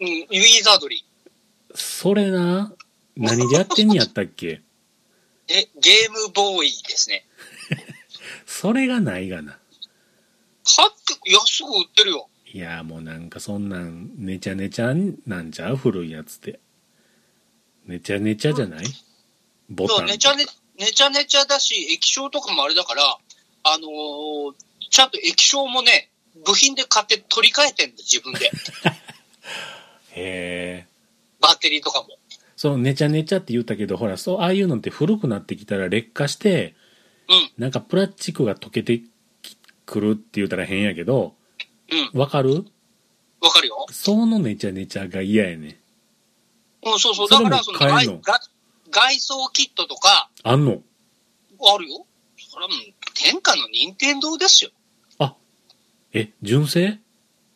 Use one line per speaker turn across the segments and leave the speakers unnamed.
うん、ウィザードリ
それな、何でやってんやったっけ
ー。え、ゲームボーイですね。
それがないがな。
買って、安く売ってるよ。
いや、もうなんかそんなん、ねちゃねちゃなんちゃう古いやつって。ねちゃねちゃじゃないボ
そ
タ
う、
ン。
ねちゃね、ねちゃねちゃだし、液晶とかもあれだから、あのーちゃんと液晶もね、部品で買って取り替えてんだ、自分 で。
へえ。
バッテリーとかも。
そのねちゃねちゃって言ったけど、ほら、そう、ああいうのって古くなってきたら劣化して、
うん、
なんかプラスチックが溶けてきくるって言ったら変やけど、
うん、
わかる
わかるよ。
そのねちゃねちゃが嫌やねん。
うん、そうそう。
そ
だ
れも
から、その
買えんの
外外外装キットとか、
あんの
あるよ。それはもう、天下の任天堂ですよ。
え、純正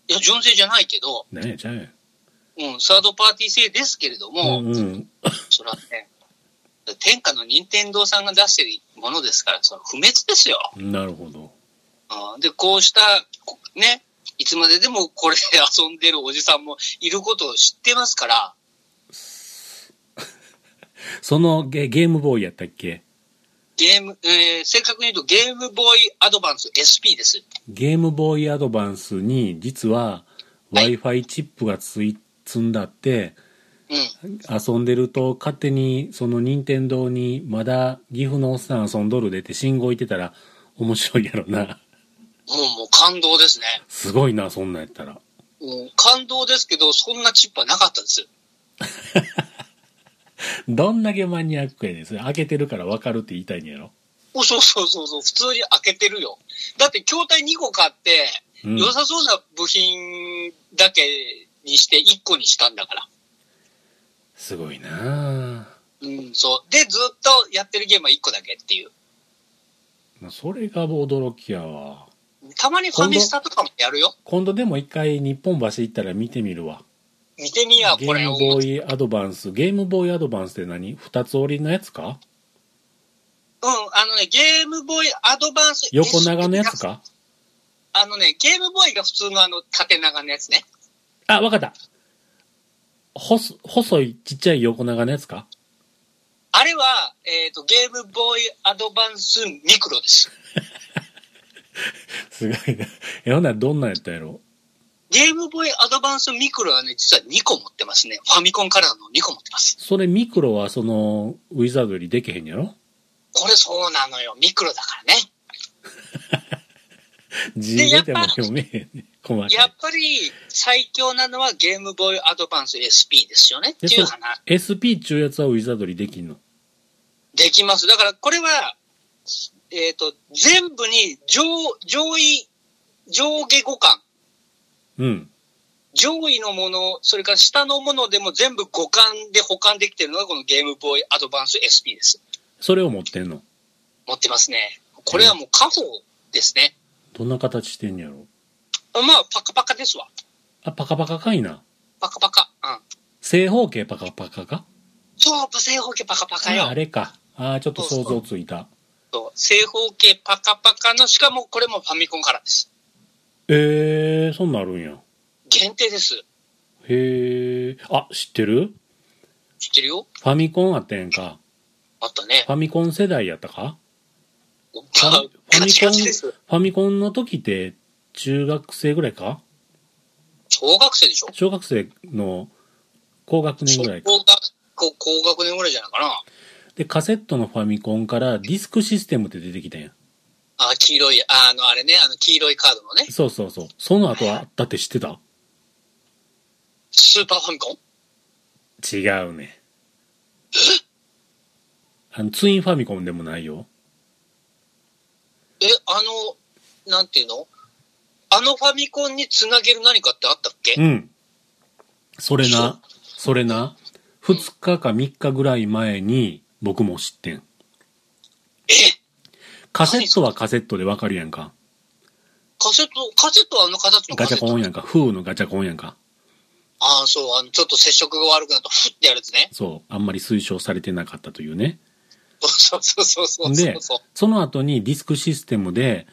いや、純正じゃないけど、
なんやちゃうやん。
うん、サードパーティー製ですけれども、
うんうん。
それはね、天下の任天堂さんが出してるものですから、その不滅ですよ。
なるほど。
うんで、こうした、こね、いつまででもこれで遊んでるおじさんもいることを知ってますから、
そのゲゲームボーイやったっけ
ゲーム、えー正確に言うとゲームボーイアドバンス SP です。
ゲームボーイアドバンスに実は
はい
Wi-Fi チップがつい積んだって
うん。
遊んでると勝手にその任天堂にまだ岐阜のおっさん遊んどるでって信号いてたら面白いやろな。
もう、もう感動ですね。
すごいな、そんなんやったら。
もう感動ですけど、そんなチップはなかったです。
どんだけマニアックやねん。それ開けてるからわかるって言いたいんやろ。
おそうそうそうそう、普通に開けてるよ。だって、筐体2個買って、
うん。
良さそうな部品だけにして1個にしたんだから。
すごいな
うん、そう。で、ずっとやってるゲームは1個だけっていう。
まあそれが驚きやわ。
たまにファミスタとかもやるよ。
今度でも一回日本橋行ったら見てみるわ。
見てみや、
ゲ
これ
ー
を
ム。ボーイアドバンス。ゲームボーイアドバンスって何二つ折りのやつか
うん、あのね、ゲームボーイアドバンス。
横長のやつ
SP
か
あのね、ゲームボーイが普通のあの、縦長のやつね。
あ、わかった。細、細いちっちゃい横長のやつか
あれは、えっ、と、ゲームボーイアドバンスミクロです。
すごいな。え、ほんならどんなんやったやろ
ゲームボーイアドバンスミクロはね、実は2個持ってますね。ファミコンカラーの2個持ってます。
それミクロはその、ウィザードよりできへんやろ
これそうなのよ。ミクロだからね。
字がでも読めへんね。細かい。
やっぱり、最強なのはゲームボーイアドバンス SP ですよね。って
で
いう
そう
話。
SP っちゅうやつはウィザードよりできんの。
できます。だから、これは、えっ、と、全部に上、上位、上下互換。
うん。
上位のもの、それから下のものでも全部互換で保管できてるのがこのゲームボーイアドバンス SP です。
それを持ってんの。
持ってますね。これはもう家宝ですね。
どんな形してんやろ
まあ、パカパカですわ。
あ、パカパカかいな。
パカパカ。うん。
正方形パカパカか
そう、正方形パカパカ
あ
よ
あ。れか。ああ、ちょっと想像ついた。
そう正方形パカパカの、しかもこれもファミコンからです。
ええー、そんなんあるんや。
限定です。
へえ。あ、知ってる
知ってるよ
ファミコンあったやんか。
あったね。
ファミコン世代やったか
フ
ァミファミコン
ガチガチです。
ファミコンの時って中学生ぐらいか
小学生でしょ
小学生の高学年
小
ぐら
学
いか。
校高学年ぐらいじゃないかな。
で、カセットのファミコンからディスクシステムって出てきたんやん。
あ、黄色い、ああの、あれね、あの、黄色いカードのね、
そうそうそう。その後は、だって知ってた
スーパーファミコン
違うね。あの、ツインファミコンでもないよ。
え、あの、なんていうのあのファミコンにつなげる何かってあったっけ
うん。それな、それな、2日か3日ぐらい前に僕も知ってん。
え
カセットはカセットでわかるやんか。
カセット、カセットはあの形の
ガ
カセ
チャ
ッ
コ
ト
ン。やんか。フーのガチャコンやんか。
ああ、そう、あの、ちょっと接触が悪くなると、ふってやるやつね。
そう。あんまり推奨されてなかったというね。
そうそうそうそうそう
で
そう。、
その後にディスクシステムで、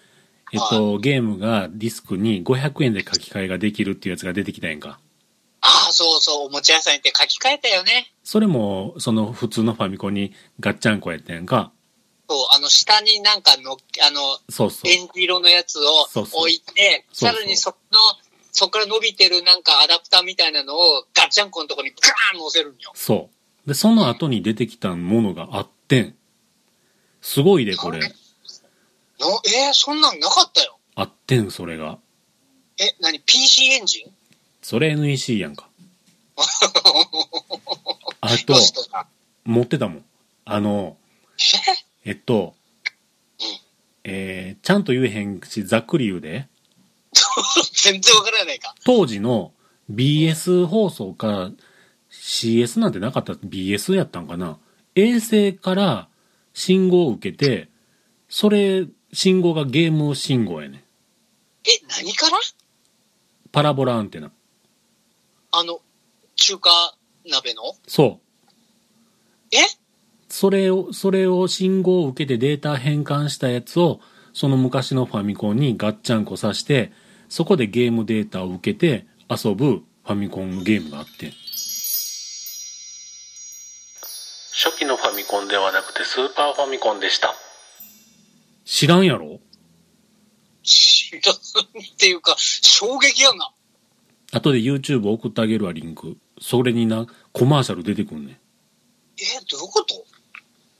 えっと、ゲームがディスクに500円で書き換えができるっていうやつが出てきたやんか。
ああ、そうそう、おもちゃ屋さん行って書き換えたよね。
それも、その普通のファミコンにガッチャンコやったやんか。
そう、あの、下になんかのっけ、あの、
そうそう。
エンジ色のやつを
そうそう
置いて、
そうそう
さらにそこの、そこから伸びてるなんかアダプターみたいなのをガッチャンコのとこにガーン乗せるんよ。
そう。で、その後に出てきたものがあってん。すごいで、これ。
のえー、そんなんなかったよ。
あってん、それが。
え、何 ?PC エンジン
それ NEC やんか。あと
ロ、ストだ。
持ってたもん。あの、
え
えっと、えー、ちゃんと言えへんし、ざっくり言うで、
全然わからないか。
当時の BS 放送か CS なんてなかった BS やったんかな衛星から信号を受けてそれ信号がゲーム信号やね
え、何から
パラボラアンテナ
あの、中華鍋の
そう
え
それをそれを信号を受けてデータ変換したやつをその昔のファミコンにガッチャンコさしてそこでゲームデータを受けて遊ぶファミコンのゲームがあって
初期のファミコンではなくてスーパーファミコンでした
知らんやろ
知らんっていうか、衝撃やな。
後で YouTube 送ってあげるわリンクそれになコマーシャル出てくんね
え、どういうこと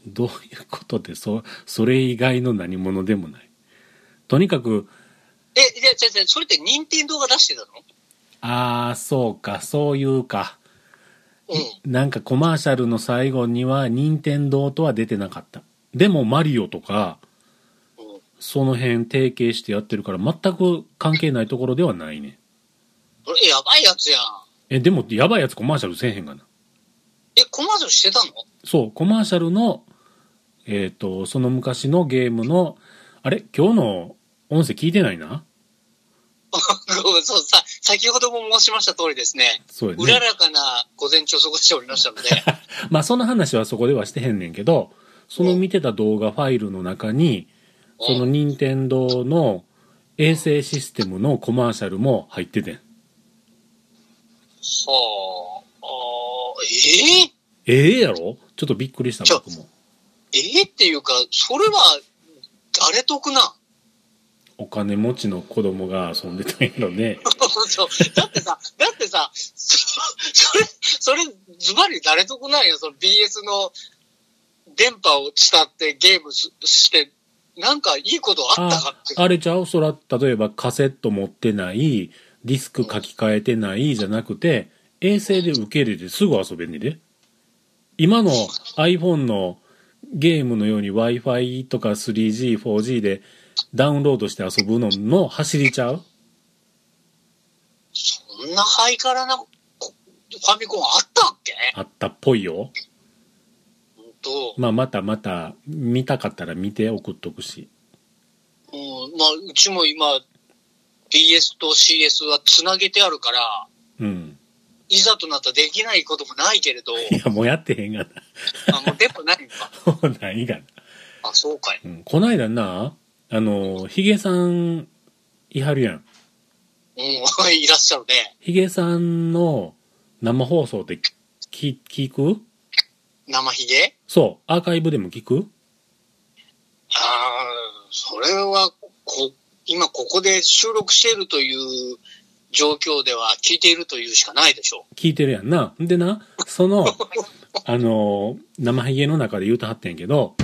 どういうことでそそれ以外の何物でもないとにかく
え、じゃじゃじゃそれって任天堂が出してたの
ああそうかそういうか
うん。
なんかコマーシャルの最後には任天堂とは出てなかったでもマリオとか
うん
その辺提携してやってるから全く関係ないところではないね
これ、やばいやつやん。
えでもやばいやつコマーシャルせえへんがな
え、コマーシャルしてたの
そうコマーシャルのえっ、とその昔のゲームのあれ今日の音声聞いてないな
ごめんそうさ、先ほども申しました通りですね、
そうやね
うららかな午前中を過ごしておりましたので、
まあその話はそこではしてへんねんけど、その見てた動画ファイルの中に、 その任天堂の衛星システムのコマーシャルも入っててん。
はあ、あーえ
ええやろちょっとびっくりした
ちょ
僕も。
ー、えー、っていうか、それは、誰得な
お金持ちの子供が遊んでたんやろね。
そうだってさ、だってさ、そそれ、それ、ズバリ誰得なんよ、その BS の電波を伝ってゲームしして、なんかいいこと あったか
あ
って。、
あれちゃうそら、例えばカセット持ってない、ディスク書き換えてないじゃなくて、衛星で受け入れてすぐ遊べんねんで。今の iPhone のゲームのように Wi-Fi とか 3G、4G でダウンロードして遊ぶのの走りちゃう
そんなハイカラなこファミコンあったっけ
あったっぽいよ。
ほんと。
まあ、またまた、見たかったら見て送っとくし。
うん、まあ、うちも今、BS と CS はつなげてあるから、
うん。
いざとなったらできないこともないけれど、
いや、もうやってへんがな。
あもう電波ないのか。
もう ないがな。
あ、そうかい。
うん。こないだな、あの、ヒゲさん、いはるやん。
うん、 いらっしゃるね。
ヒゲさんの生放送って聞聞く
生ひげ
そう、アーカイブでも聞く
ああ、それは、こ、今ここで収録しているという状況では聞いているというしかないでしょ
聞いてる やんな。でな、その、あの、生ヒゲの中で言うとはってんけど、